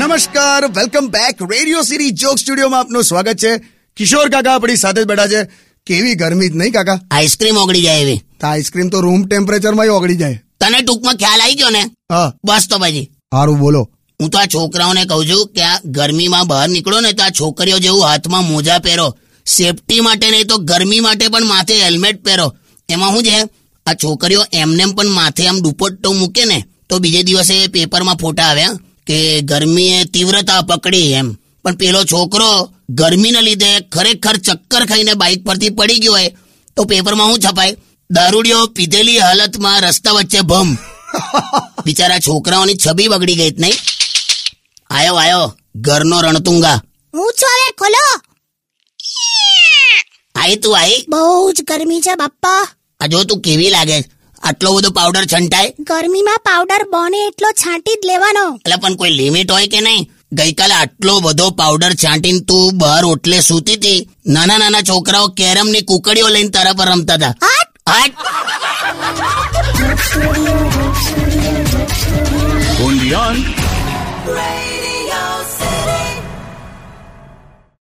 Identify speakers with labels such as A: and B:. A: નમસ્કાર welcome back Radio City joke સ્ટુડિયોમાં આપનું સ્વાગત છે કિશોર કાકા આપણી સાથે જ બેઠા છે કેવી ગરમી જ નહીં કાકા
B: આઈસ્ક્રીમ ઓગળી જાય એવી
A: તો આઈસ્ક્રીમ તો રૂમ ટેમ્પરેચરમાં ઓગળી જાય
B: તને ટૂંકમાં ખ્યાલ આવી ગયો ને
A: હા
B: બસ તો પછી
A: સારું બોલો
B: હું તો આ છોકરાઓને કહું છું કે આ ગરમીમાં બહાર નીકળો ને તો આ છોકરીઓ જેવું હાથમાં મોજા પહેરો સેફટી માટે નહીં તો ગરમી માટે પણ માથે હેલ્મેટ પહેરો એમાં શું છે આ છોકરીઓ એમનેમ પણ માથે આમ દુપટ્ટો મૂકે ને તો બીજે દિવસે પેપરમાં ફોટા આવ્યા કે ગરમીએ તીવ્રતા પકડી એમ પણ પેલો છોકરો ગરમીને લીધે ખરેખર ચક્કર ખાઈને બાઇક પરથી પડી ગયો હોય તો પેપરમાં શું છપાય દારૂડિયો પીધેલી હાલતમાં રસ્તા વચ્ચે ભમ બિચારા છોકરાઓની છબી બગડી ગઈ જ નહીં આયો આયો ઘરનો રણતુંગા
C: હું છું હવે ખોલો
B: આઈ તું આઈ
C: બહુ જ ગરમી છે બાપ્પા
B: આ જો તું કેવી લાગે છે. આટલો બધો પાવડર છંટાય
C: ગરમીમાં પાવડર બને એટલો છાંટી જ લેવાનો
B: એટલે પણ કોઈ લિમિટ હોય કે નહીં ગઈકાલે આટલો બધો પાવડર છાંટીને તું બહાર ઓટલે સૂતી હતી નાના નાના છોકરાઓ કેરમની કુકડીઓ લઈને તારા પર રમતા હતા
C: હટ!
B: હટ!
D: only on